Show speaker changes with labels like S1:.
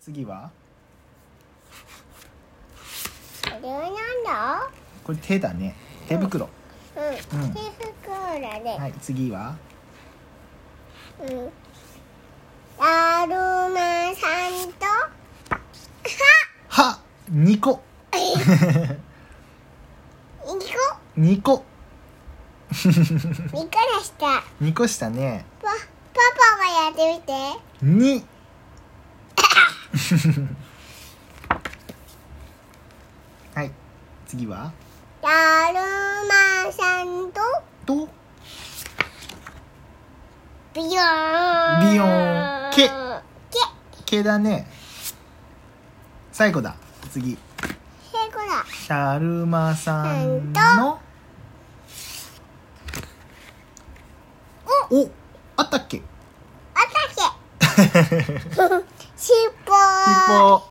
S1: 次は
S2: これはなん
S1: これ手だね手袋、
S2: だうん
S1: うん
S2: 手袋だね、
S1: はい次は
S2: うんだるまさんとは
S1: 歯2個
S2: いこ
S1: 2個
S2: びっくりしたパ
S1: 2個したね
S2: パパがやってみて
S1: 2はい次は
S2: だるまさんと
S1: と
S2: ビヨーン
S1: ビヨーンけ
S2: け
S1: 毛だね最後だ次
S2: 最後だ
S1: だるまさんのおあったっけ
S2: あたけしっぽ
S1: 一方